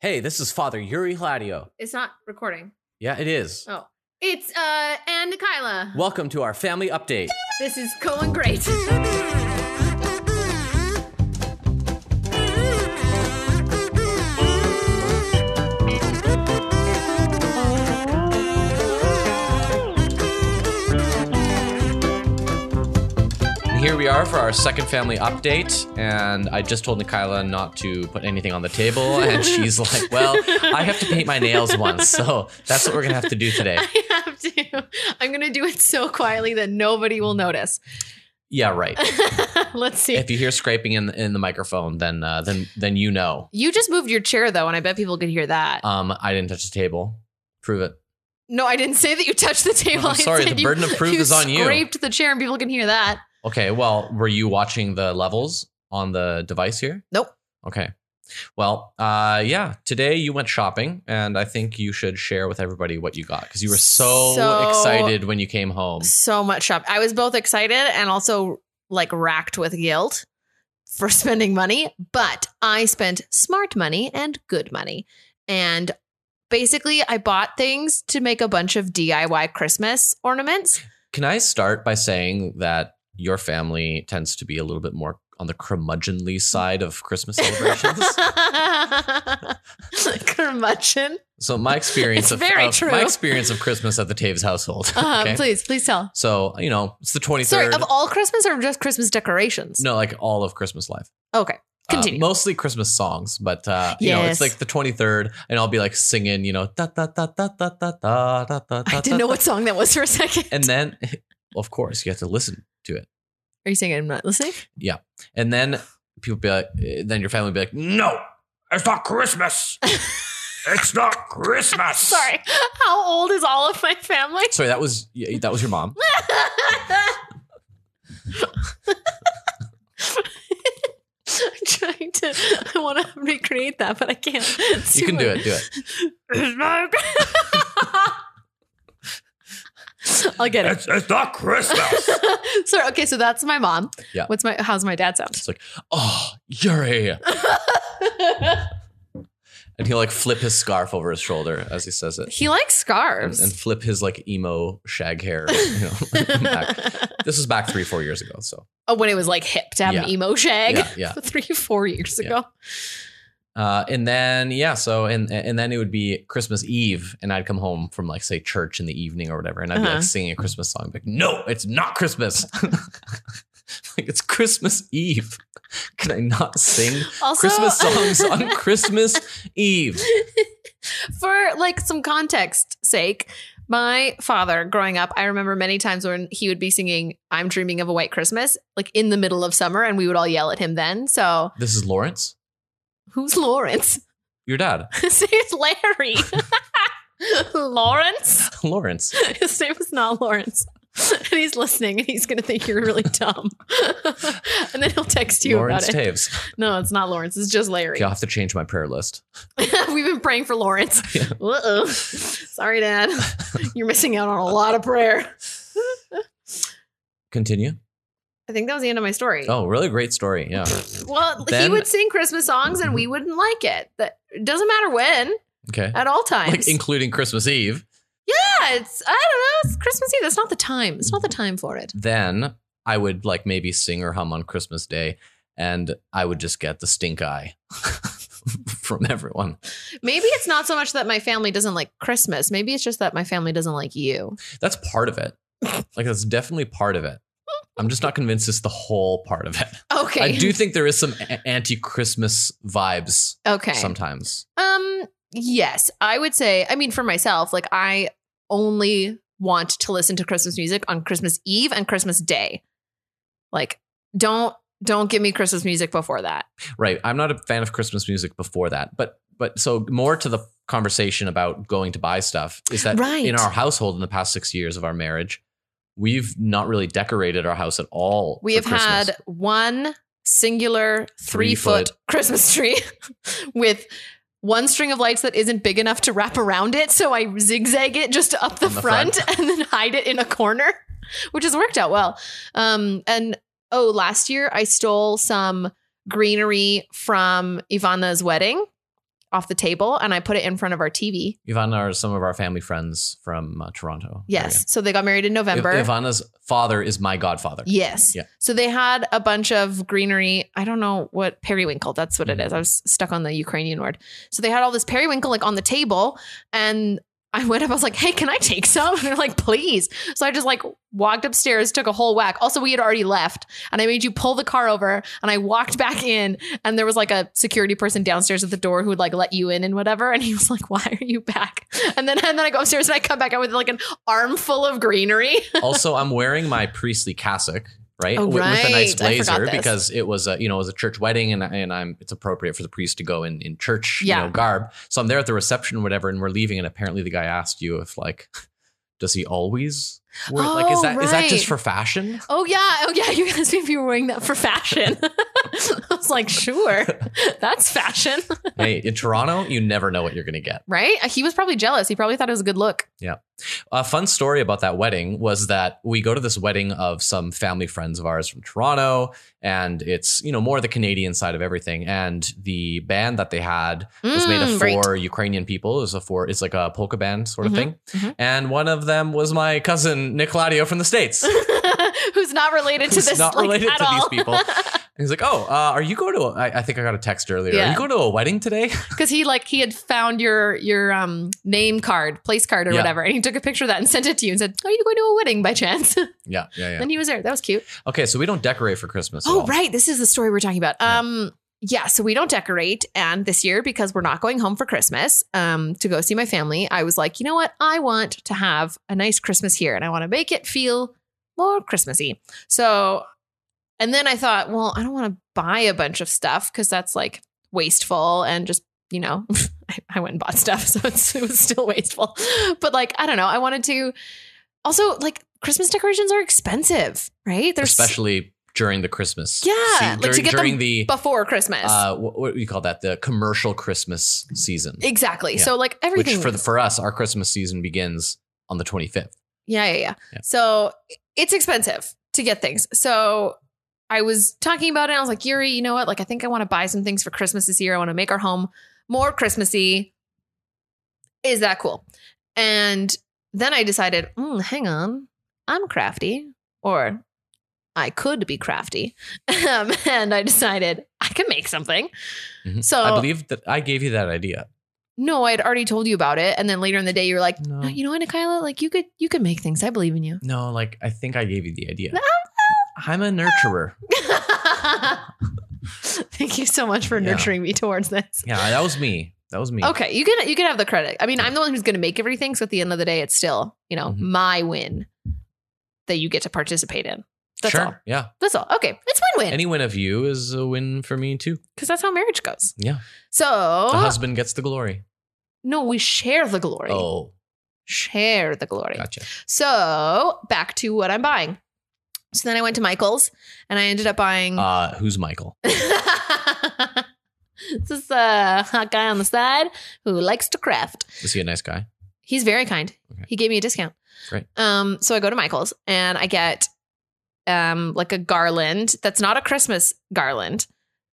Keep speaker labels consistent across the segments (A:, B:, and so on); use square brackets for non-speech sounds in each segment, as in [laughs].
A: Hey, this is Father Yuri Hladio.
B: It's not recording.
A: Yeah, it is.
B: Oh, it's uh and Kyla.
A: Welcome to our family update.
B: This is
A: [laughs]
B: going great.
A: And here we are for our second family update. And I just told Nikayla not to put anything on the table. Oh,
B: [laughs]
A: And she's like, well, I have to paint my nails once. So that's what we're going to have to do today.
B: [laughs] I have to. I'm gonna do it so quietly that nobody will notice. [laughs]
A: Yeah, right.
B: Let's see.
A: If you hear scraping in, in the microphone, then, uh, then, then you know.
B: You just moved your chair though, and I bet people could hear that.
A: Um, I didn't touch the table. Prove it.
B: no, I didn't say that you touched the table.
A: I'm
B: I
A: sorry,
B: said
A: the
B: you-
A: burden of proof
B: you
A: is on you.
B: Scraped the chair, and people can hear that.
A: Okay, well, were you watching the levels on the device here?
B: Nope.
A: Okay. Well, uh, yeah, today you went shopping, and I think you should share with everybody what you got because you were so,
B: So-
A: excited when you came home.
B: So much shop. I was both excited and also like racked with guilt for [laughs] spending money, but I spent smart money and good money. And basically, I bought things to make a bunch of DIY Christmas ornaments.
A: Can I start by saying that your family tends to be a little bit more on the curmudgeonly side of
B: [laughs]
A: Christmas celebrations?
B: Curmudgeon.
A: so my experience
B: It's
A: of,
B: very
A: of-
B: true.
A: my experience of Christmas at the Taves household.
B: Uh,
A: okay?
B: Please, please tell.
A: So you know it's the twenty
B: Sorry,
A: third.
B: of all Christmas or just Christmas decorations?
A: No, like all of Christmas life. [laughs]
B: Okay,
A: Uh,
B: continue.
A: mostly Christmas songs, but uh, you know, it's
B: Yes.
A: like the 23rd, and I'll be like singing, you know, da da da da da da da da da.
B: I didn't know what song that was for a second.
A: And then, [laughs] of course, you have to listen to it,
B: Are you saying I'm
A: [laughs]
B: not listening?
A: and then people be like, eh, then your family be like, no,
C: It's not Christmas. it's not Christmas.
B: Sorry. How old is all of my family?
A: sorry, that was yeah, that was your
B: [laughs]
A: mom.
B: I'm trying to. I want to recreate that, but I can't. It's
A: You
B: too
A: can do
B: hard.
A: it, do
B: [laughs]
A: it.
C: It's not,
B: I'll get it.
C: it's, it's not Christmas.
B: [laughs] Sorry. Okay, so that's my mom.
A: Yeah.
B: What's my? How's my dad sound?
A: It's like, [laughs] oh, Yuri, and he'll like flip his scarf over his shoulder as he says it,
B: he likes
A: and,
B: scarves.
A: and flip his like emo shag
B: [laughs]
A: hair. You know, [laughs] back. This was back three, four years ago, so
B: oh, when it was like hip to have an
A: Yeah.
B: emo shag.
A: yeah, yeah.
B: [laughs] Three, four years
A: Yeah.
B: ago.
A: Uh, and then yeah, so and and then it would be Christmas Eve, and I'd come home from like say church in the evening or whatever, and I'd be
B: Uh-huh.
A: like singing a Christmas song, like no, it's not
B: [laughs]
A: Christmas. [laughs] like it's Christmas Eve. Can I not sing
B: Also, [laughs]
A: Christmas songs on Christmas Eve?
B: for like some context sake, my father growing up, I remember many times when he would be singing I'm Dreaming of a White Christmas, like in the middle of summer, and we would all yell at him then. So
A: This is Lawrence,
B: who's Lawrence? [laughs]
A: your dad,
B: His name's Larry. [laughs] Lawrence? [laughs]
A: Lawrence.
B: His name is not Lawrence. And he's listening and he's gonna think you're really dumb. [laughs] and then he'll text you
A: Lawrence
B: about it.
A: Taves.
B: No, it's not Lawrence, it's just Larry.
A: Okay, I'll have to change my prayer list.
B: [laughs] We've been praying for Lawrence.
A: Yeah.
B: Uh-oh. Sorry, Dad. You're missing out on a lot of prayer.
A: Continue.
B: I think that was the end of my story.
A: Oh, really great story. Yeah.
B: Well, he
A: Then- Mm-hmm.
B: would sing Christmas songs and we wouldn't like it. That it doesn't matter when,
A: Okay.
B: at all times.
A: Like including Christmas Eve.
B: yeah, it's I don't know, it's Christmas Eve. That's not the time. It's not the time for it.
A: then I would like maybe sing or hum on Christmas Day, and I would just get the stink eye [laughs] from everyone.
B: Maybe it's not so much that my family doesn't like Christmas. Maybe it's just that my family doesn't like you.
A: That's part of it. Like that's definitely part of it. I'm just not convinced it's the whole part of it.
B: Okay.
A: I do think there is some a- anti-Christmas vibes
B: okay.
A: sometimes.
B: Um, yes, I would say, I mean, for myself, like I only want to listen to Christmas music on Christmas Eve and Christmas Day. Like, don't don't give me Christmas music before that.
A: Right. I'm not a fan of Christmas music before that, but but so more to the conversation about going to buy stuff is that
B: Right.
A: Uh, in our household in the past 6 years of our marriage, we've not really decorated our house at all.
B: We
A: for
B: have
A: Christmas.
B: had one singular three foot Christmas tree [laughs] with one string of lights that isn't big enough to wrap around it. So I zigzag it just up the,
A: On the
B: front, [laughs]
A: front.
B: and then hide it in a corner, which has worked out well. Um, and oh, last year I stole some greenery from Ivana's wedding off the table and I put it in front of our TV.
A: Ivana are some of our family friends from uh, Toronto.
B: Yes. So they got married in
A: area.
B: November.
A: I- Ivana's father is my godfather.
B: Yes.
A: Yeah.
B: So they had a bunch of greenery. I don't know what periwinkle. That's what it is. I was stuck on the Ukrainian word. So they had all this periwinkle like on the table, and I went up. I was like, "Hey, can I take some?" [laughs] And they're like, "Please." So I just like walked upstairs, took a whole whack. Also, we had already left, and I made you pull the car over, and I walked back in, and there was like a security person downstairs at the door who would like let you in and whatever, and he was like, "Why are you back?" [laughs] And then and then I go upstairs and I come back out with like an armful of greenery. [laughs]
A: also, I'm wearing my priestly cassock, right,
B: Oh,
A: With- with a nice
B: right. I forgot
A: blazer
B: this.
A: because it was a you know it was a church wedding, and and I'm it's appropriate for the priest to go in in church
B: Yeah.
A: you know garb. So I'm there at the reception, whatever, and we're leaving, and apparently the guy asked you if like, [laughs] does he always? Wear, like
B: Oh,
A: is that is that
B: right.
A: just for fashion?
B: Oh yeah, oh yeah, [laughs] you guys maybe were wearing that for fashion. [laughs] I was like, sure, that's fashion,
A: hey, in Toronto, you never know what you're going to get.
B: right? He was probably jealous. He probably thought it was a good look.
A: A fun story about that wedding was that we go to this wedding of some family friends of ours from Toronto, and it's you know more the Canadian side of everything. And the band that they had was made
B: Mm,
A: of
B: great.
A: four Ukrainian people. It was a four, it's like a polka band sort of
B: Mhm,
A: thing.
B: mhm.
A: And one of them was my cousin Nick Ladio from the
B: [laughs]
A: states.
B: [laughs] Who's not related to
A: Who's
B: this?
A: not
B: like,
A: related
B: at
A: to these
B: all. [laughs]
A: people. He's like, oh, uh, are you going to? A, I, I think I got a text earlier. Are
B: Yeah.
A: you going to a wedding today? [laughs]
B: because he like he had found your your um name card, place card, or
A: Yeah.
B: whatever, and he took a picture of that and sent it to you and said, "Are you going to a wedding by chance?" [laughs]
A: yeah, yeah, yeah.
B: and he was there. That was cute.
A: Okay, so we don't decorate for Christmas. at
B: Oh,
A: all.
B: right. This is the story we're talking about.
A: Yeah.
B: Um, yeah, so we don't decorate. And this year, because we're not going home for Christmas um, to go see my family, I was like, you know what? I want to have a nice Christmas here and I want to make it feel more Christmassy. So, and then I thought, well, I don't want to buy a bunch of stuff because that's like wasteful and just, you know, [laughs] I, I went and bought stuff. [laughs] So it's, it was still wasteful. But like, I don't know. I wanted to also, like, Christmas decorations are expensive, right? They're s-
A: especially during the Christmas.
B: Yeah,
A: sea-
B: like to
A: during,
B: get
A: during
B: them
A: the
B: before Christmas.
A: uh, what, what do you call that? The commercial Christmas season,
B: exactly.
A: yeah.
B: So like
A: which
B: everything.
A: for the, for us, our Christmas season begins on the 25th.
B: yeah, yeah, yeah,
A: Yeah.
B: So it's expensive to get things. So I was talking about it. And I was like, Yuri, you know what? Like, I think I want to buy some things for Christmas this year. I want to make our home more Christmassy. Is that cool? And then I decided, mm, hang on, I'm crafty, or I could be crafty. [laughs] Um, and I decided I can make something.
A: Mhm.
B: So
A: I believe that I gave you that idea.
B: no, I had already told you about it, and then later in the day, you were like,
A: No.
B: "No, you know what, Nikayla, like you could you could make things. I believe in
A: [laughs]
B: you.
A: No, like I think I gave you the idea.
B: No.
A: I'm a nurturer.
B: Thank you so much for
A: Yeah.
B: nurturing me towards this.
A: Yeah, that was me. That was me.
B: Okay, you can you can have the credit. I mean, I'm the one who's going to make everything, so at the end of the day, it's still you know
A: Mhm.
B: my win that you get to participate in. That's
A: sure.
B: all.
A: Yeah.
B: That's all. Okay, it's win win
A: Any win of you is a win for me too.
B: because that's how marriage goes.
A: Yeah.
B: So
A: The husband gets the glory.
B: no, we share the glory.
A: Oh,
B: Share the glory.
A: gotcha.
B: So back to what I'm buying. So then I went to Michael's and I ended up buying.
A: Uh, who's Michael?
B: this is a hot guy on the side who likes to craft.
A: Is he a nice guy?
B: He's very kind.
A: Okay.
B: He gave me a discount.
A: Great.
B: Um, so I go to Michael's and I get um like a garland that's not a Christmas garland.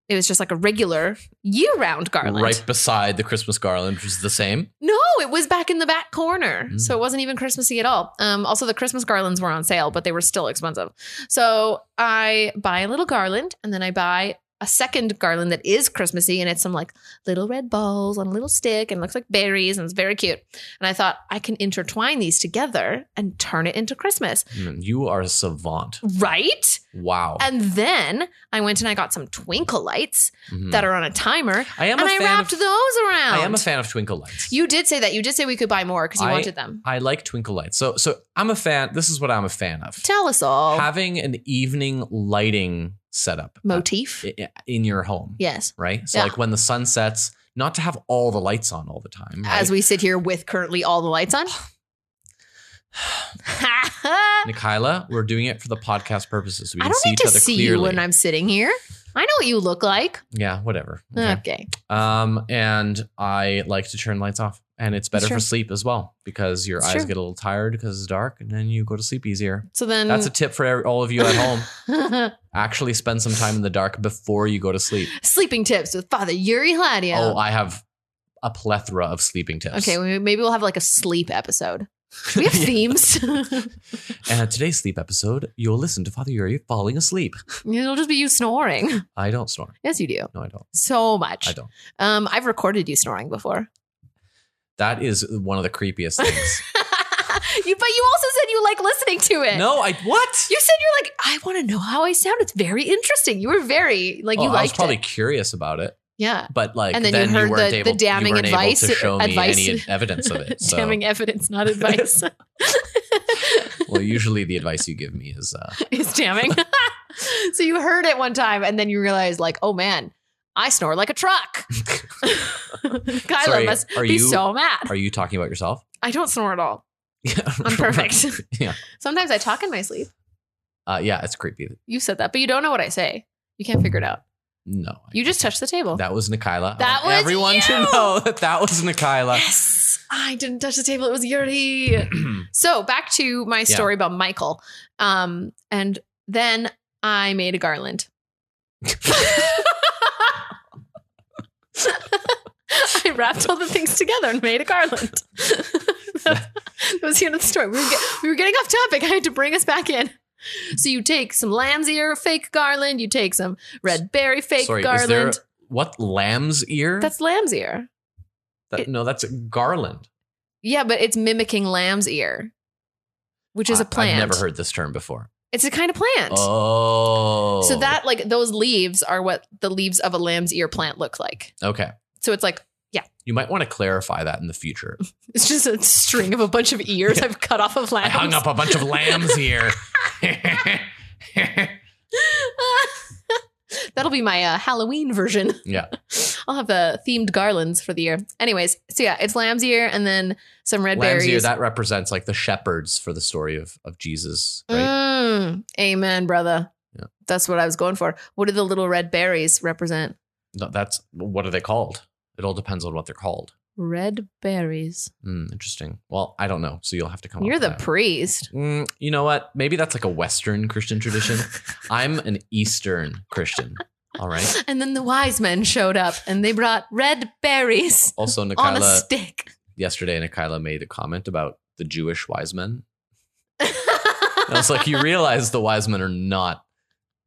B: It was just like a regular year-round garland.
A: Right beside the Christmas garland, which is the same.
B: No, it was back in the back corner.
A: Mm.
B: So it wasn't even Christmassy at all. Um, also, the Christmas garlands were on sale, but they were still expensive. So I buy a little garland and then I buy a second garland that is Christmassy and it's some like little red balls on a little stick and looks like berries and it's very cute. And I thought I can intertwine these together and turn it into Christmas,
A: Mm, You are a savant.
B: right?
A: Wow.
B: And then I went and I got some twinkle lights
A: Mhm.
B: that are on a timer
A: I am
B: and
A: a
B: I
A: fan
B: wrapped
A: of,
B: those around.
A: I am a fan of twinkle lights.
B: You did say that. You did say we could buy more because you
A: I-
B: wanted them.
A: I like twinkle lights. So so I'm a fan. This is what I'm a fan of.
B: Tell us all.
A: Having an evening lighting setup uh,
B: Motif.
A: i- in your home,
B: yes.
A: right? So
B: Yeah.
A: like when the sun sets, not to have all the lights on all the time. Right?
B: As we sit here with currently all the
A: [sighs]
B: lights on. [laughs] I
A: Nikayla, we're doing it for the podcast purposes. So we can
B: don't
A: see
B: need
A: each
B: to
A: other
B: see
A: clearly.
B: you when I'm sitting here. I know what you look like.
A: yeah, whatever.
B: Okay.
A: Okay. Um, and I like to turn lights off, and it's better
B: It's true.
A: for sleep as well because your
B: It's
A: eyes
B: true.
A: get a little tired because it's dark, and then you go to sleep easier.
B: So then [laughs]
A: That's a tip for every- all of you at home.
B: a-
A: Actually, spend some time in the dark before you go to sleep.
B: sleeping tips with Father Yuri Hladio.
A: Oh, I have a plethora of sleeping tips.
B: Okay, we- maybe we'll have like a sleep episode.
A: [laughs]
B: We have themes. [laughs]
A: And today's sleep episode, you'll listen to Father Yuri falling asleep.
B: It'll just be you snoring.
A: I don't snore.
B: Yes, you do.
A: No, I don't.
B: So much.
A: I don't.
B: Um, I've recorded you snoring before. [laughs]
A: That is one of the creepiest things.
B: you, but you also said you like listening to it.
A: no, I what?
B: You said you're like, I want to know how I sound. It's very interesting. You were very like
A: Oh,
B: you
A: I was
B: liked
A: probably
B: it.
A: curious about it,
B: Yeah.
A: but like
B: And then
A: then,
B: you heard
A: weren't
B: the-
A: able,
B: the damning
A: you weren't
B: advice-
A: able to show me
B: advice-
A: any evidence
B: [laughs]
A: of it. So,
B: Damning evidence, not advice.
A: [laughs]
B: [laughs]
A: well, usually the advice you give me is, uh,
B: It's damning. [laughs] so you heard it one time and then you realized like, oh man, I snore like a truck. [laughs] Kyla
A: Sorry,
B: must
A: are
B: be
A: you-
B: so mad.
A: uh, [laughs] "Are you talking about yourself?" [laughs]
B: I don't snore at all.
A: Yeah,
B: I'm perfect.
A: Yeah.
B: Sometimes I talk in my sleep.
A: [laughs] Uh, yeah, it's creepy.
B: You said that, but you don't know what I say. You can't figure it out.
A: No,
B: You just touched the table.
A: Oh that was Nikayla. I
B: That
A: want
B: was
A: everyone
B: you!
A: to know [laughs] that that was Nikayla.
B: yes. I didn't touch the table. It was Yuri. So back to my story about Michael. Um, and then I made a garland. [laughs] I wrapped all the things together and made a garland. [laughs] that was the end of the story. We were, get, we were getting off topic. I had to bring us back in. So you take some lamb's ear fake garland. You take some red berry [laughs] fake
A: Sorry,
B: garland.
A: is there what lamb's ear?
B: That's lamb's ear.
A: That-
B: it-
A: no, that's a garland.
B: Yeah, but it's mimicking lamb's ear, which is a
A: I-
B: plant.
A: I've never heard this term before.
B: It's a kind of plant.
A: Oh,
B: So that like those leaves are what the leaves of a lamb's ear plant look like.
A: okay.
B: So it's like
A: You might want to clarify that in the future.
B: it's just a string of a bunch of ears I've cut off of
A: I
B: lambs.
A: hung up a bunch of lambs [laughs] here.
B: [laughs] That'll be my uh, Halloween version.
A: Yeah.
B: [laughs] I'll have uh, themed garlands for the year. Anyways, so yeah, it's lamb's ear and then some red
A: lamb's ear
B: berries.
A: that represents like the shepherds for the story of of Jesus, right?
B: Mm, amen, brother.
A: Yeah.
B: That's what I was going for. What do the little red berries represent?
A: No, that's what are they called? It all depends on what they're called.
B: Red berries.
A: Mm, interesting. Well, I don't know, so you'll have to come.
B: You're
A: up
B: the
A: with that.
B: priest.
A: Mm, you know what? Maybe that's like a Western Christian
B: [laughs]
A: tradition. I'm an Eastern Christian. All right.
B: And then the wise men showed up and they brought red berries.
A: Also,
B: on a
A: Nikayla
B: stick.
A: yesterday, Nikayla made a comment about the Jewish wise men. And I
B: [laughs]
A: was like, you realize the wise men are not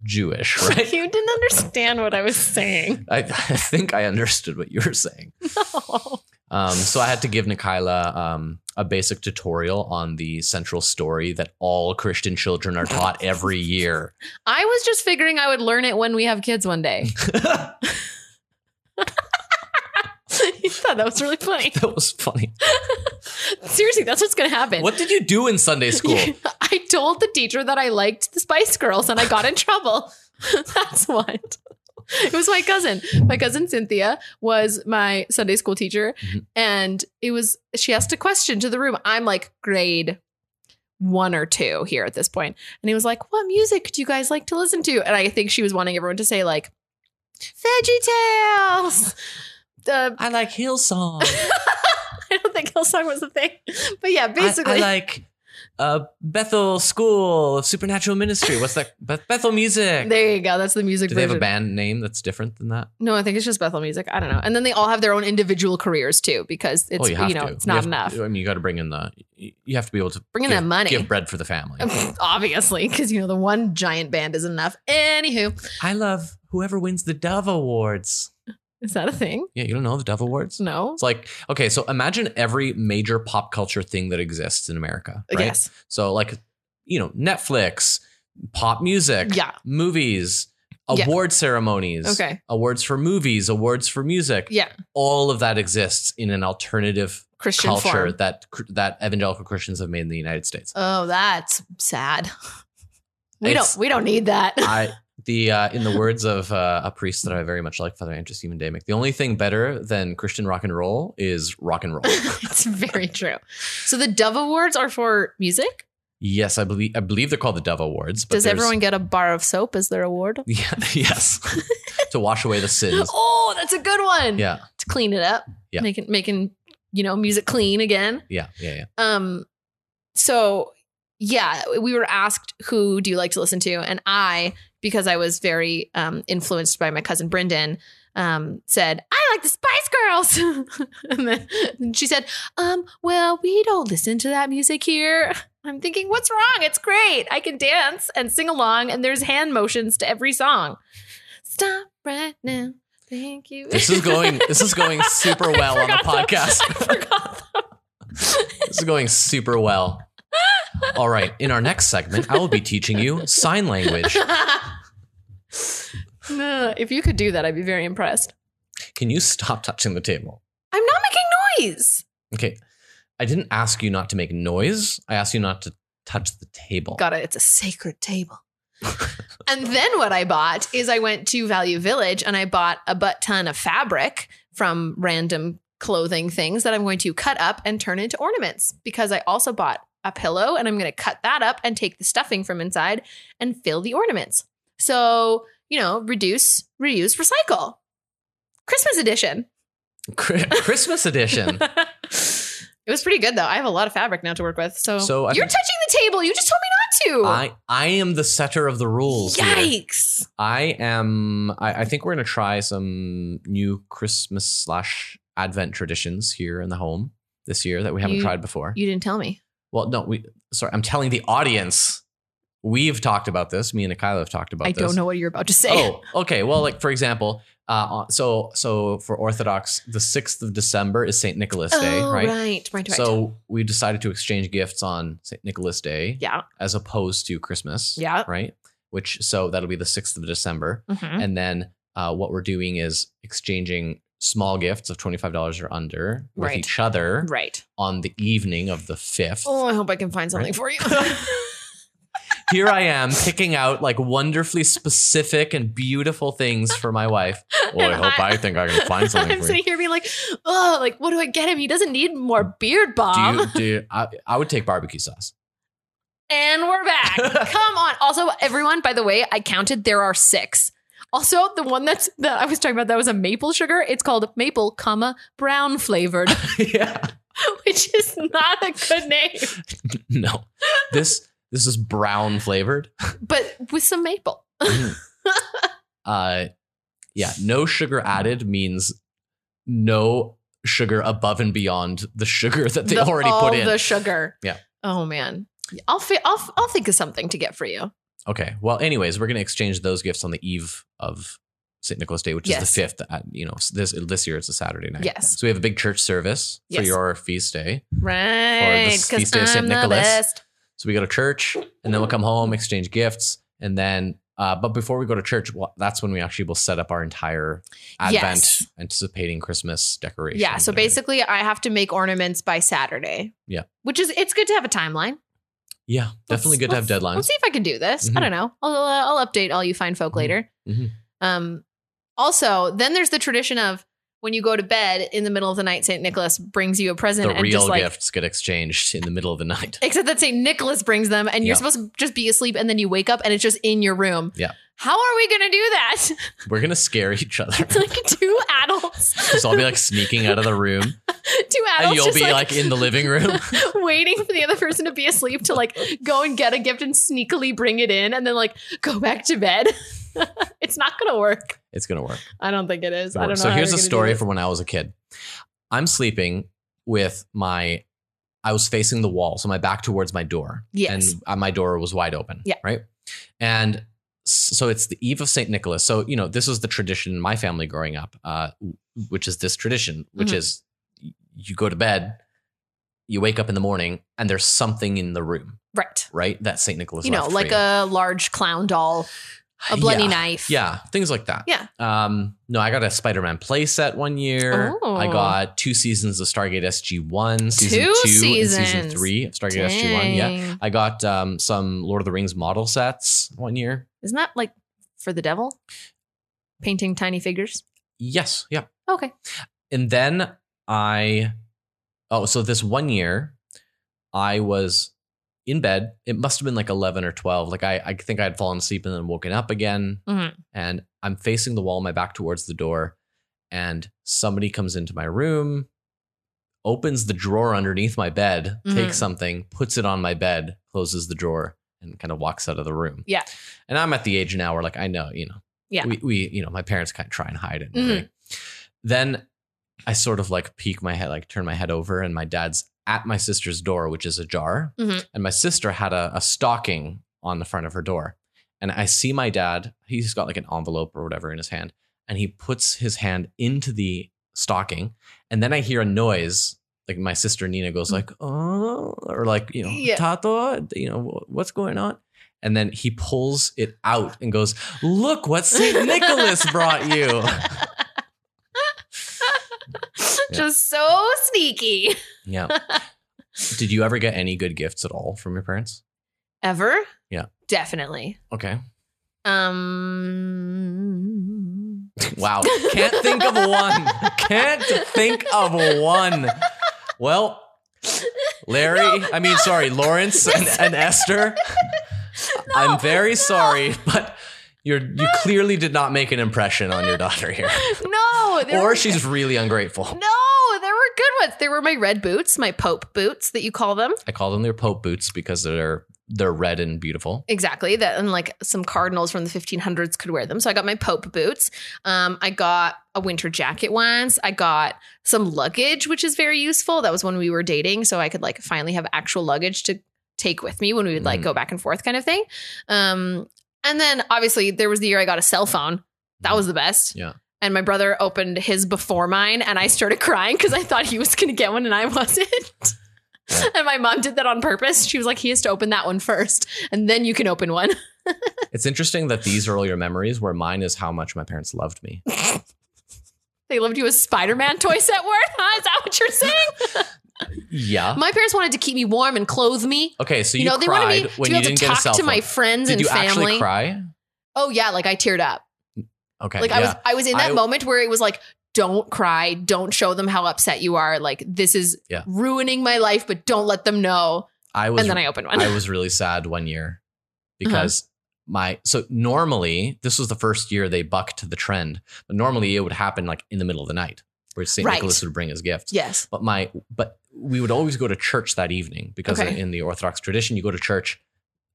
A: Jewish,
B: [laughs]
A: right?
B: you didn't understand what I
A: [laughs]
B: was saying.
A: I, I think I understood what you were saying.
B: No.
A: Um, so I had to give Nikayla um, a basic tutorial on the central story that all Christian children are taught every year. [laughs]
B: I was just figuring I would learn it when we have kids one day. [laughs]
A: that
B: you thought that was really funny.
A: was funny.
B: Seriously, that's what's going to happen.
A: What did you do in [laughs] Sunday school?
B: [laughs] I told the teacher that I liked the Spice Girls and I got in trouble. [laughs] That's what. It was my cousin. My cousin Cynthia was my Sunday school teacher.
A: Mhm.
B: And it was, she asked a question to the room. I'm like grade one or two here at this point. And he was like, What music do you guys like to listen to? And I think she was wanting everyone to say, like, Veggie Tales. [laughs] The,
A: I like Hillsong.
B: I don't think Hillsong was the thing. But yeah, basically.
A: like uh, Bethel School of Supernatural Ministry. What's that? Beth- Bethel Music.
B: there you go. That's the music
A: do they have a
B: version.
A: band name that's different than that?
B: No, I think it's just Bethel Music. I don't know. And then they all have their own individual careers too, because it's
A: oh,
B: you,
A: you have
B: know
A: to.
B: it's
A: You
B: not
A: have-
B: enough.
A: I mean, you got to bring in the. You have to be able to
B: Bring in
A: give-
B: that money.
A: Give bread for the
B: [laughs]
A: family.
B: Obviously, because you know the one giant band isn't enough. Anywho,
A: I love whoever wins the Dove Awards.
B: is that a thing?
A: Yeah, you don't know the Dove Awards?
B: No.
A: It's like, okay, so imagine every major pop culture thing that exists in America, right?
B: Yes.
A: So, like, you know, Netflix, pop music,
B: Yeah.
A: movies,
B: Yeah.
A: award ceremonies,
B: Okay.
A: awards for movies, awards for music.
B: Yeah.
A: All of that exists in an alternative
B: Christian
A: culture
B: form.
A: that that evangelical Christians have made in the United
B: [laughs]
A: States.
B: Oh, that's sad. [laughs] We
A: It's-
B: don't. We don't need that.
A: I the uh, in the words of uh, a priest that I very much like, Father Andrew Stephen Damick, the only thing better than Christian rock and roll is rock and roll.
B: [laughs] [laughs]
A: [laughs]
B: it's very true. So the Dove Awards are for music.
A: yes, I believe I believe they're called the Dove Awards. But
B: Does
A: there's-
B: everyone get a bar of soap as their award?
A: [laughs] Yeah,
B: [laughs]
A: yes, to wash away the sins.
B: [gasps] Oh, that's a good one.
A: Yeah,
B: To clean it up.
A: Yeah.
B: Making making you know music clean again.
A: yeah, yeah, yeah.
B: Um, so yeah, we were asked who do you like to listen to, and I, because I was very um, influenced by my cousin Brendan, um, said, I like the Spice Girls. [laughs] and then and she said, um, Well, we don't listen to that music here. I'm thinking, What's wrong? It's great. I can dance and sing along, and there's hand motions to every song. Stop right now. Thank you.
A: This
B: [laughs]
A: is going. This is going super well on the [laughs]
B: forgot them.
A: podcast.
B: I forgot them.
A: This is going super well. All right. In our next segment, I will be teaching you sign language.
B: [laughs] Uh, if you could do that, I'd be very impressed.
A: Can you stop touching the table?
B: I'm not making noise.
A: Okay. I didn't ask you not to make noise. I asked you not to touch the table.
B: Got it. It's a sacred table. and then what I bought is I went to Value Village and I bought a butt ton of fabric from random clothing things that I'm going to cut up and turn into ornaments because I also bought a pillow and I'm going to cut that up and take the stuffing from inside and fill the ornaments. So, you know, reduce, reuse, recycle. Christmas edition.
A: Chri- Christmas
B: [laughs]
A: edition.
B: it was pretty good though. I have a lot of fabric now to work with. So,
A: So I
B: you're
A: think-
B: touching the table. You just told me not to.
A: I I am the setter of the rules. here.
B: Yikes.
A: I am. I, I think we're gonna try some new Christmas slash Advent traditions here in the home this year that we haven't
B: You-
A: tried before.
B: You didn't tell me.
A: well, no, we. Sorry, I'm telling the audience. We've talked about this. Me and Akila have talked about
B: I
A: this.
B: don't know what you're about to say.
A: Oh, okay. Well, like for example, uh, so so for Orthodox, the sixth of December is Saint Nicholas Day,
B: [laughs] Oh,
A: right?
B: right. Right, right.
A: So we decided to exchange gifts on Saint Nicholas Day
B: yeah.
A: as opposed to Christmas,
B: Yeah.
A: right? Which so that'll be the sixth of December,
B: Mhm.
A: and then uh, what we're doing is exchanging small gifts of twenty five dollars or under with
B: Right.
A: each other
B: Right.
A: on the evening of the fifth.
B: Oh, I hope I can find something
A: Right.
B: for
A: [laughs]
B: you.
A: Here I am picking out like wonderfully specific and beautiful things for my
B: [laughs]
A: wife. Well,
B: And
A: I hope I,
B: I-
A: think I can
B: [laughs]
A: find something
B: I'm
A: for you.
B: sitting here being like, oh, like, what do I get him? He doesn't need more beard
A: Do [laughs]
B: bomb.
A: you, do you- I, I would take barbecue
B: [laughs]
A: sauce. [laughs]
B: and we're back. Come on. Also, everyone, by the way, I counted there are six. Also, the one that's that I was talking about that was a maple sugar. It's called maple, comma, brown flavored, [laughs]
A: yeah.
B: which is not a good name.
A: No. This this is brown flavored.
B: But with some maple.
A: Mm. Uh yeah, no sugar added means no sugar above and beyond the sugar that they
B: The-
A: already
B: all
A: put in.
B: the sugar.
A: Yeah.
B: Oh man, I'll fi- I'll f- I'll think of something to get for you.
A: okay. Well, anyways, we're going to exchange those gifts on the eve of St. Nicholas Day, which is
B: Yes.
A: the 5th, uh, you know, this this year it's a Saturday night.
B: Yes.
A: So we have a big church service for
B: Yes.
A: your feast day.
B: Right,
A: this feast day of Saint Nicholas. So we go to church, and then we'll come home, exchange gifts, and then. Uh, but before we go to church, well, that's when we actually will set up our entire Advent,
B: Yes.
A: anticipating Christmas decoration.
B: Yeah. So
A: and everything.
B: basically, I have to make ornaments by Saturday.
A: Yeah.
B: Which is it's good to have a timeline.
A: yeah, definitely good to have
B: Let's-
A: deadlines.
B: Let's see if I can do this.
A: Mhm.
B: I don't know. I'll uh, I'll update all you fine folk
A: Mhm.
B: later.
A: Mhm.
B: Um. Also, then there's the tradition of when you go to bed in the middle of the night, Saint Nicholas brings you a present
A: the
B: and
A: real
B: just like
A: gifts get exchanged in the middle of the night. [laughs]
B: Except that St. Nicholas brings them, and
A: Yeah.
B: you're supposed to just be asleep, and then you wake up, and it's just in your room.
A: Yeah.
B: How are we gonna do that? [laughs]
A: We're gonna scare each other.
B: it's like two adults,
A: so I'll be like sneaking out of the room,
B: [laughs] two adults,
A: and you'll
B: just
A: be like,
B: like,
A: in the living room.
B: [laughs]
A: [laughs]
B: waiting for the other person to be asleep to like go and get a gift and sneakily bring it in, and then like go back to bed. [laughs] it's not gonna work.
A: It's gonna work.
B: I don't think it is. I don't know.
A: So
B: how
A: here's
B: we're
A: a
B: gonna do
A: story
B: this.
A: from when I was a kid. I'm sleeping with my, I was facing the wall, so my back towards my door.
B: Yes.
A: And uh, my door was wide open.
B: Yeah.
A: Right. And s- so it's the eve of St. Nicholas. So, you know, this was the tradition in my family growing up, uh, w- which is this tradition, which
B: Mhm.
A: is y- you go to bed, you wake up in the morning, and there's something in the room,
B: right.
A: right? That St. Nicholas
B: You know,
A: left for
B: like
A: you.
B: a large clown doll, a bloody
A: Yeah.
B: knife.
A: Yeah, things like that.
B: Yeah.
A: Um, no, I got a Spider Man playset one year.
B: Oh.
A: I got two seasons of Stargate SG One, season two,
B: Two
A: and season
B: seasons.
A: three of Stargate SG One. Yeah.
B: Dang.
A: I got um, some Lord of the Rings model sets one year.
B: Isn't that like for the devil? Painting tiny figures.
A: Yes, yeah.
B: Okay. [laughs]
A: And then I, oh, so this one year, I was in bed. It must have been like eleven or twelve. Like I, I think I had fallen asleep and then woken up again.
B: Mhm.
A: And I'm facing the wall, my back towards the door, and somebody comes into my room, opens the drawer underneath my bed,
B: Mhm.
A: takes something, puts it on my bed, closes the drawer, and kind of walks out of the room.
B: Yeah.
A: And I'm at the age now where like I know, you know,
B: Yeah.
A: we, we you know, my parents kind of try and hide it. and
B: Mhm.
A: everything. Then I sort of like peek my head, like turn my head over, and my dad's at my sister's door, which is ajar.
B: Mhm.
A: And my sister had a, a stocking on the front of her door. And I see my dad, he's got like an envelope or whatever in his hand, and he puts his hand into the stocking. And then I hear a noise. Like my sister Nina goes like, oh, or like, you know,
B: Mm. Yeah.
A: Tato, you know, wh- what's going on? And then he pulls it out and goes, look what St. Nicholas brought you.
B: Just so sneaky.
A: Yeah. Did you ever get any good gifts at all from your parents?
B: Ever?
A: Yeah.
B: Definitely.
A: Okay.
B: Um
A: [laughs] Wow. Can't think of one. Can't think of one. Well, Larry, I mean, sorry, Lawrence and, and Esther, [laughs] I'm very sorry, but you're you clearly did not make an impression on your daughter here.
B: [laughs] No. there
A: Or
B: were-
A: she's really ungrateful.
B: No, there were good ones. There were my red boots, my Pope boots that you call them.
A: I call them their Pope boots because they're they're red and beautiful.
B: Exactly. That and like some cardinals from the 1500s could wear them. So I got my Pope boots. Um, I got a winter jacket once. I got some luggage, which is very useful. That was when we were dating, so I could like finally have actual luggage to take with me when we would like
A: Mhm.
B: go back and forth, kind of thing. Um, and then obviously there was the year I got a cell phone. That was the best.
A: Yeah.
B: And my brother opened his before mine, and I started crying because I thought he was going to get one and I [laughs] wasn't. and my mom did that on purpose. She was like, he has to open that one first, and then you can open one. [laughs]
A: It's interesting that these are all your memories, where mine is how much my parents loved me.
B: They loved you a Spider Man toy set worth, huh? [laughs] Is that what you're saying?
A: [laughs] Yeah.
B: [laughs] My parents wanted to keep me warm and clothe me.
A: Okay, so
B: you
A: you,
B: know, they wanted
A: cried
B: me to
A: when
B: be
A: you
B: able to
A: didn't get a
B: talk
A: cell
B: to
A: phone.
B: my friends
A: Did
B: and
A: you actually
B: family.
A: cry?
B: Oh yeah, like I teared up.
A: Okay,
B: Like
A: yeah.
B: I was I was in that
A: I-
B: moment where it was like, don't cry, don't show them how upset you are. Like this is
A: Yeah.
B: ruining my life, but don't let them know.
A: I was
B: And then I Uh-huh. opened one.
A: I was really sad one year because my so normally this was the first year they bucked the trend, but normally it would happen like in the middle of the night where St.
B: Right.
A: Nicholas would bring his gift.
B: [laughs] yes.
A: But my but we would always go to church that evening because
B: Okay.
A: in the Orthodox tradition you go to church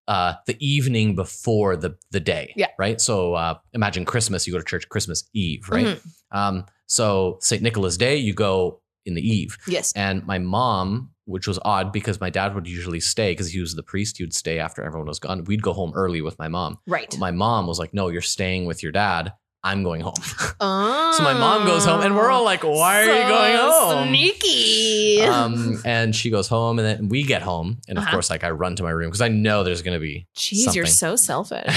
A: uh, the evening before the the day.
B: Yeah.
A: Right. So uh, imagine Christmas, you go to church Christmas Eve, right?
B: Mhm.
A: Um, so St. Nicholas Day, you go in the eve.
B: Yes.
A: And my mom, which was odd because my dad would usually stay because he was the priest. He would stay after everyone was gone. We'd go home early with my mom.
B: Right.
A: But my mom was like, no, you're staying with your dad. I'm going home. [laughs]
B: Oh.
A: so my mom goes home and we're all like, why are you
B: So
A: going home?
B: Sneaky. [laughs]
A: Um, and she goes home and then we get home. And of
B: Uh-huh.
A: course, like I run to my room because I know there's going to be. [laughs]
B: Jeez, you're so selfish.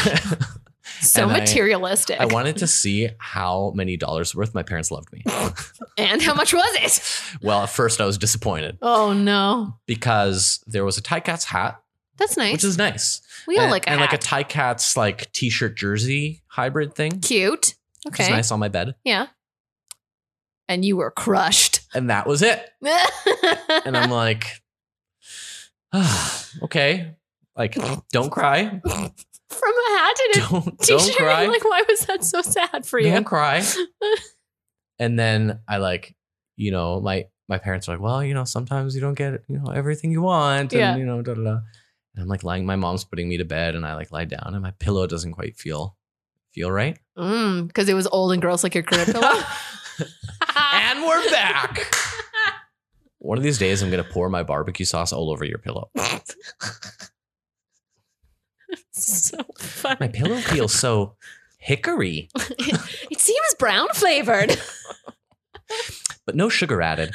B: so
A: And I-
B: materialistic.
A: I wanted to see how many dollars worth my parents loved
B: [laughs]
A: me.
B: and how much was it?
A: well, at first I was disappointed
B: Oh no.
A: because there was a Ty Cats hat,
B: That's nice.
A: which is nice.
B: we all
A: and,
B: like a
A: and like a
B: hat.
A: Ty Cats like t-shirt jersey hybrid thing,
B: [laughs] cute.
A: which is
B: Okay.
A: nice on my bed,
B: Yeah. And you were crushed.
A: and that was it. And
B: [laughs]
A: I'm like, [sighs] okay, like don't cry,
B: From a hat and a
A: don't don't
B: t-shirt.
A: cry,
B: [laughs] Like, why was that so sad for you?
A: don't
B: [laughs]
A: cry. And then I like, you know, my my parents are like, well, you know, sometimes you don't get you know everything you want, and
B: Yeah.
A: you know, da da da. And I'm like lying, my mom's putting me to bed, and I like lie down, and my pillow doesn't quite feel feel right.
B: Mm, because it was old and gross like your current pillow.
A: [laughs] and we're back. One of these days, I'm gonna pour my barbecue sauce all over your
B: [laughs]
A: pillow.
B: [laughs] so funny.
A: My pillow feels so hickory,
B: It seems brown flavored. [laughs]
A: but no sugar added.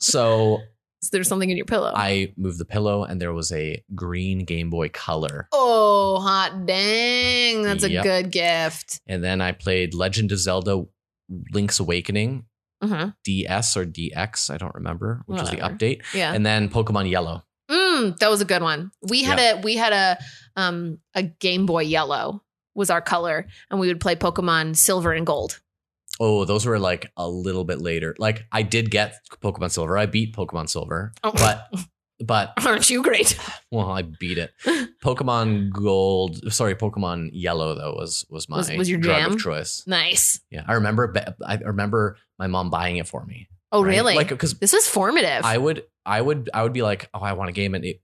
A: So
B: [laughs] Is there something in your pillow?
A: I moved the pillow, and there was a green Game Boy Color.
B: oh, hot dang. That's a
A: Yep.
B: good gift.
A: And then I played Legend of Zelda: Link's Awakening
B: Uh-huh.
A: DS or DX, I don't remember, which was the
B: Whatever.
A: update,
B: Yeah.
A: and then Pokemon Yellow.
B: Mm, that was a good one. We had a we had a um a Game Boy Yellow was our color, and we would play Pokemon Silver and Gold. [laughs]
A: Oh, those were like a little bit later. Like I did get Pokemon Silver. I beat Pokemon Silver,
B: Oh. [laughs]
A: but but
B: Aren't you great?
A: Well, I beat
B: [laughs]
A: it. Pokemon Gold, sorry, Pokemon Yellow though was was my
B: Was- was your
A: drug
B: jam?
A: of choice.
B: Nice.
A: Yeah, I remember. ba- I remember my mom buying it for me.
B: Oh,
A: right?
B: really?
A: Like because
B: this is formative.
A: I would, I would, I would be like, oh, I want a game, and it,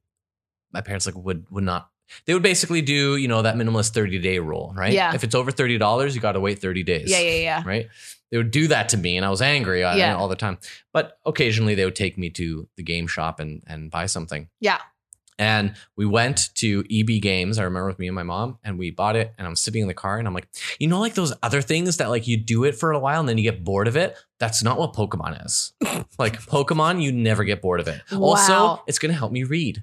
A: my parents like would would not. They would basically do you know that minimalist thirty day rule, right?
B: Yeah.
A: If it's over thirty dollars, you got to wait thirty days.
B: yeah, yeah, yeah.
A: [laughs] Right. they would do that to me, and I was angry I-
B: Yeah.
A: all the time. But occasionally, they would take me to the game shop and and buy something.
B: Yeah.
A: And we went to EB Games. I remember with me and my mom, and we bought it. And I'm sitting in the car, and I'm like, you know, like those other things that like you do it for a while and then you get bored of it. That's not what Pokemon
B: [laughs]
A: is. like Pokemon, you never get bored of it. Also,
B: Wow.
A: it's gonna help me read.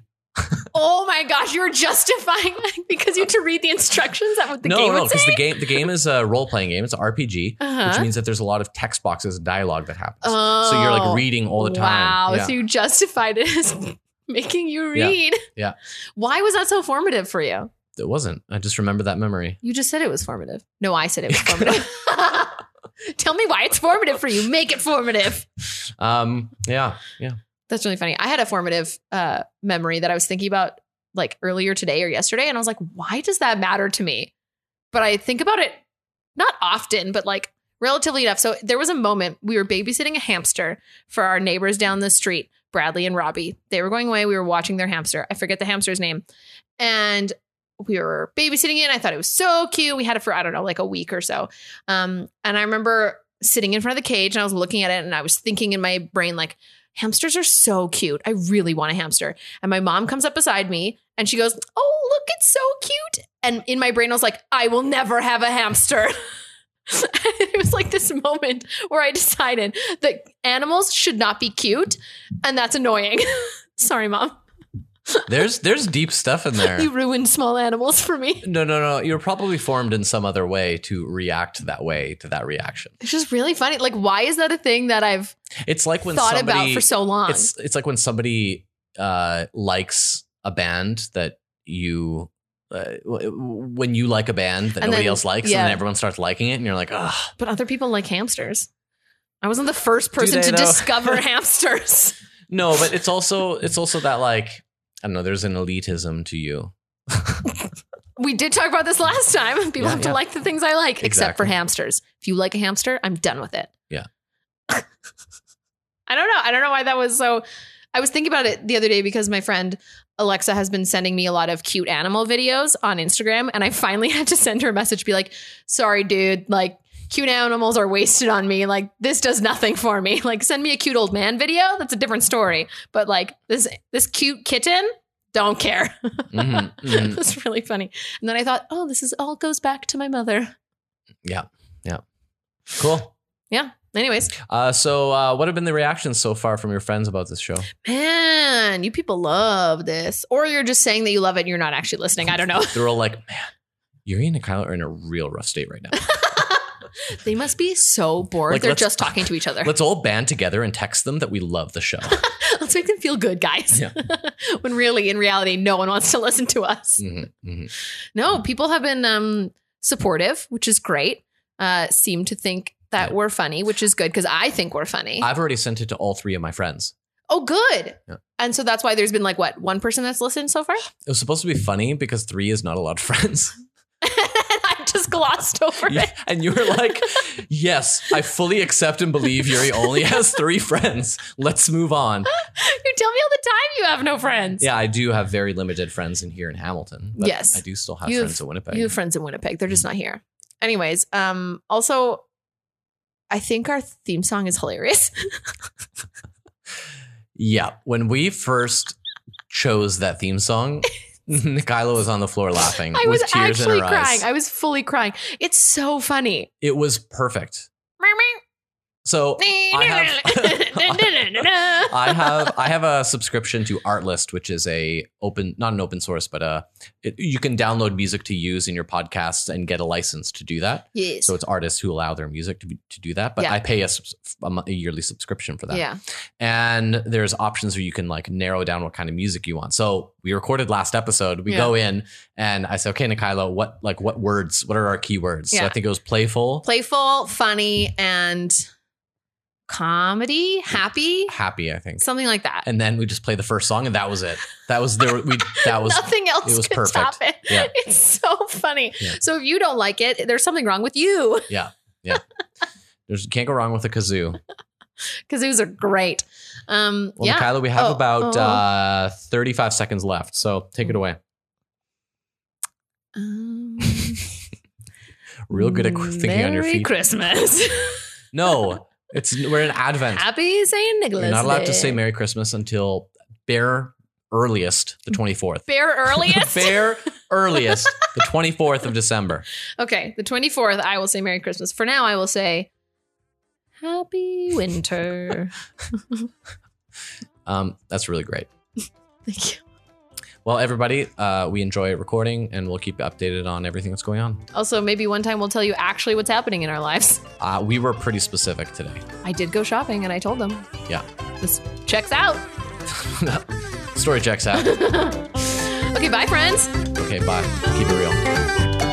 B: Oh my gosh, you were justifying that [laughs] because you had to read the instructions. Is That what the
A: no,
B: game
A: no,
B: would say.
A: because the game the game is a role playing game. It's an RPG. which
B: uh-huh.
A: means that there's a lot of text boxes and dialogue that happens.
B: oh,
A: so you're like reading all the time.
B: Wow,
A: Yeah.
B: so you justified it as [laughs] making you
A: Yeah,
B: read.
A: yeah.
B: Why was that so formative for you?
A: it wasn't. I just remember that memory.
B: You just said it was formative. No, I said it was formative. Tell me why it's formative for you. Make it formative.
A: Um, yeah, yeah.
B: That's really funny. I had a formative uh, memory that I was thinking about like earlier today or yesterday, and I was like, why does that matter to me? But I think about it not often, but like relatively enough. So there was a moment we were babysitting a hamster for our neighbors down the street, Bradley and Robbie. They were going away. We were watching their hamster. I forget the hamster's name. And we were babysitting it. And I thought it was so cute. We had it for, I don't know, like a week or so. Um, and I remember sitting in front of the cage and I was looking at it and I was thinking in my brain, like, hamsters are so cute. I really want a hamster. And my mom comes up beside me and she goes, Oh, look, it's so cute. And in my brain, I was like, I will never have a hamster. [laughs] it was like this moment where I decided that animals should not be cute. And that's annoying. [laughs] Sorry, mom.
A: There's there's deep stuff in
B: [laughs] You
A: there.
B: ruined small animals for me.
A: No, no, no. You're probably formed in some other way to react that way to that reaction.
B: It's just really funny. Like, why is that a thing that I've
A: It's like when
B: thought
A: somebody
B: about for so long?
A: it's it's like when somebody uh likes a band that you uh, w- when you like a band that
B: And
A: nobody
B: then-
A: else likes,
B: yeah.
A: and then everyone starts liking it, and you're like, ugh.
B: But other people like hamsters. I wasn't the first person
A: they,
B: to
A: though? [laughs]
B: discover hamsters.
A: No, but it's also it's also that like I don't know. There's an elitism to you.
B: We did talk about this last time. [laughs] People
A: Yeah,
B: have to
A: yeah.
B: like the things I like, except for
A: Exactly.
B: hamsters. If you like a hamster, I'm done with it.
A: Yeah.
B: [laughs] I don't know. I don't know why that was so. I was thinking about it the other day because my friend Alexa has been sending me a lot of cute animal videos on Instagram. And I finally [laughs] had to send her a message, be like, sorry, dude, like cute animals are wasted on me. Like this does nothing for me. [laughs] Like send me a cute old man video. That's a different story. But like this, this cute kitten, don't care.
A: Mhm, mhm.
B: [laughs] That's really funny. And then I thought, oh, this is all goes back to my mother.
A: Cool.
B: Anyways,
A: Uh, so, uh, what have been the reactions so far from your friends about this show?
B: man, you people love this. Or you're just saying that you love it and you're not actually listening. I don't know. [laughs]
A: They're all like, "Man, Yuri and Kyla are in a real rough state right now.
B: they must be so bored.
A: Like,
B: They're
A: let's-
B: just talking to each other.
A: Let's all band together and text them that we love the show."
B: [laughs] Let's make them feel good, guys.
A: Yeah.
B: [laughs] when really, in reality, no one wants to listen to us.
A: Mhm, mhm.
B: No, people have been um, supportive, which is great. Uh, seem to think that
A: Yeah.
B: we're funny, which is good because I think we're funny.
A: I've already sent it to all three of my friends.
B: oh, good.
A: Yeah.
B: And so that's why there's been like what one person that's listened so far.
A: It was supposed to be funny because three is not a lot of
B: [laughs]
A: friends.
B: I just glossed over
A: You-
B: it.
A: and you were like, "Yes, I fully accept and believe Yuri only has three friends. Let's move on."
B: You tell me all the time you have no friends.
A: Yeah, I do have very limited friends in here in Hamilton. But
B: Yes.
A: I do still have
B: You have-
A: friends in Winnipeg.
B: You have friends in Winnipeg. They're just not here. Anyways, um, also, I think our theme song is
A: [laughs]
B: hilarious.
A: Yeah. When we first chose that theme
B: [laughs]
A: song, Kyla was on the floor laughing
B: I
A: with
B: was
A: tears in
B: actually
A: her
B: crying.
A: eyes.
B: I was fully crying. It's so funny.
A: it was perfect. So [laughs] I
B: [laughs]
A: have- [laughs] I have I have a subscription to Artlist, which is a open not an open source, but a it, you can download music to use in your podcasts and get a license to do that.
B: yes.
A: So it's artists who allow their music to be, to do that, but
B: Yeah.
A: I pay a, subs- a mo- a yearly subscription for that.
B: yeah.
A: and there's options where you can like narrow down what kind of music you want. So we recorded last episode. We
B: Yeah.
A: go in and I say, okay, Nikayla, what like what words? What are our keywords? So
B: Yeah.
A: I think it was playful,
B: Playful, funny, and comedy, happy,
A: happy. I think,
B: something like that.
A: and then we just play the first song, and that was it. That was there. We that
B: [laughs]
A: was
B: Nothing else
A: it was
B: could
A: perfect.
B: stop it.
A: Yeah.
B: [laughs] It's so funny.
A: Yeah.
B: So if you don't like it, there's something wrong with you.
A: there's can't go wrong with a kazoo.
B: Kazoos are great. Um,
A: Well,
B: yeah.
A: Nikayla, we have
B: Oh,
A: about
B: oh.
A: uh 35 seconds left, so take it away.
B: Um,
A: Real good at qu- thinking on your
B: Merry
A: feet. [laughs]
B: Christmas.
A: No, it's we're in Advent.
B: Happy St. Nicholas.
A: You're not allowed
B: Day.
A: to say Merry Christmas until bare earliest,
B: Mm.
A: the 24th. [laughs]
B: Fair earliest.
A: Bare earliest, the 24th of December.
B: Okay, the 24th, I will say Merry Christmas. For now, I will say Happy
A: [laughs]
B: Winter.
A: Um, that's really great.
B: Thank you.
A: Well, everybody, uh, we enjoy recording and we'll keep you updated on everything that's going on.
B: Also, maybe one time we'll tell you actually what's happening in our lives.
A: Uh, we were pretty specific today.
B: I did go shopping and I told them.
A: Yeah. [laughs]
B: This checks out.
A: Story checks out.
B: Okay, bye, friends.
A: Okay, bye. Keep it real.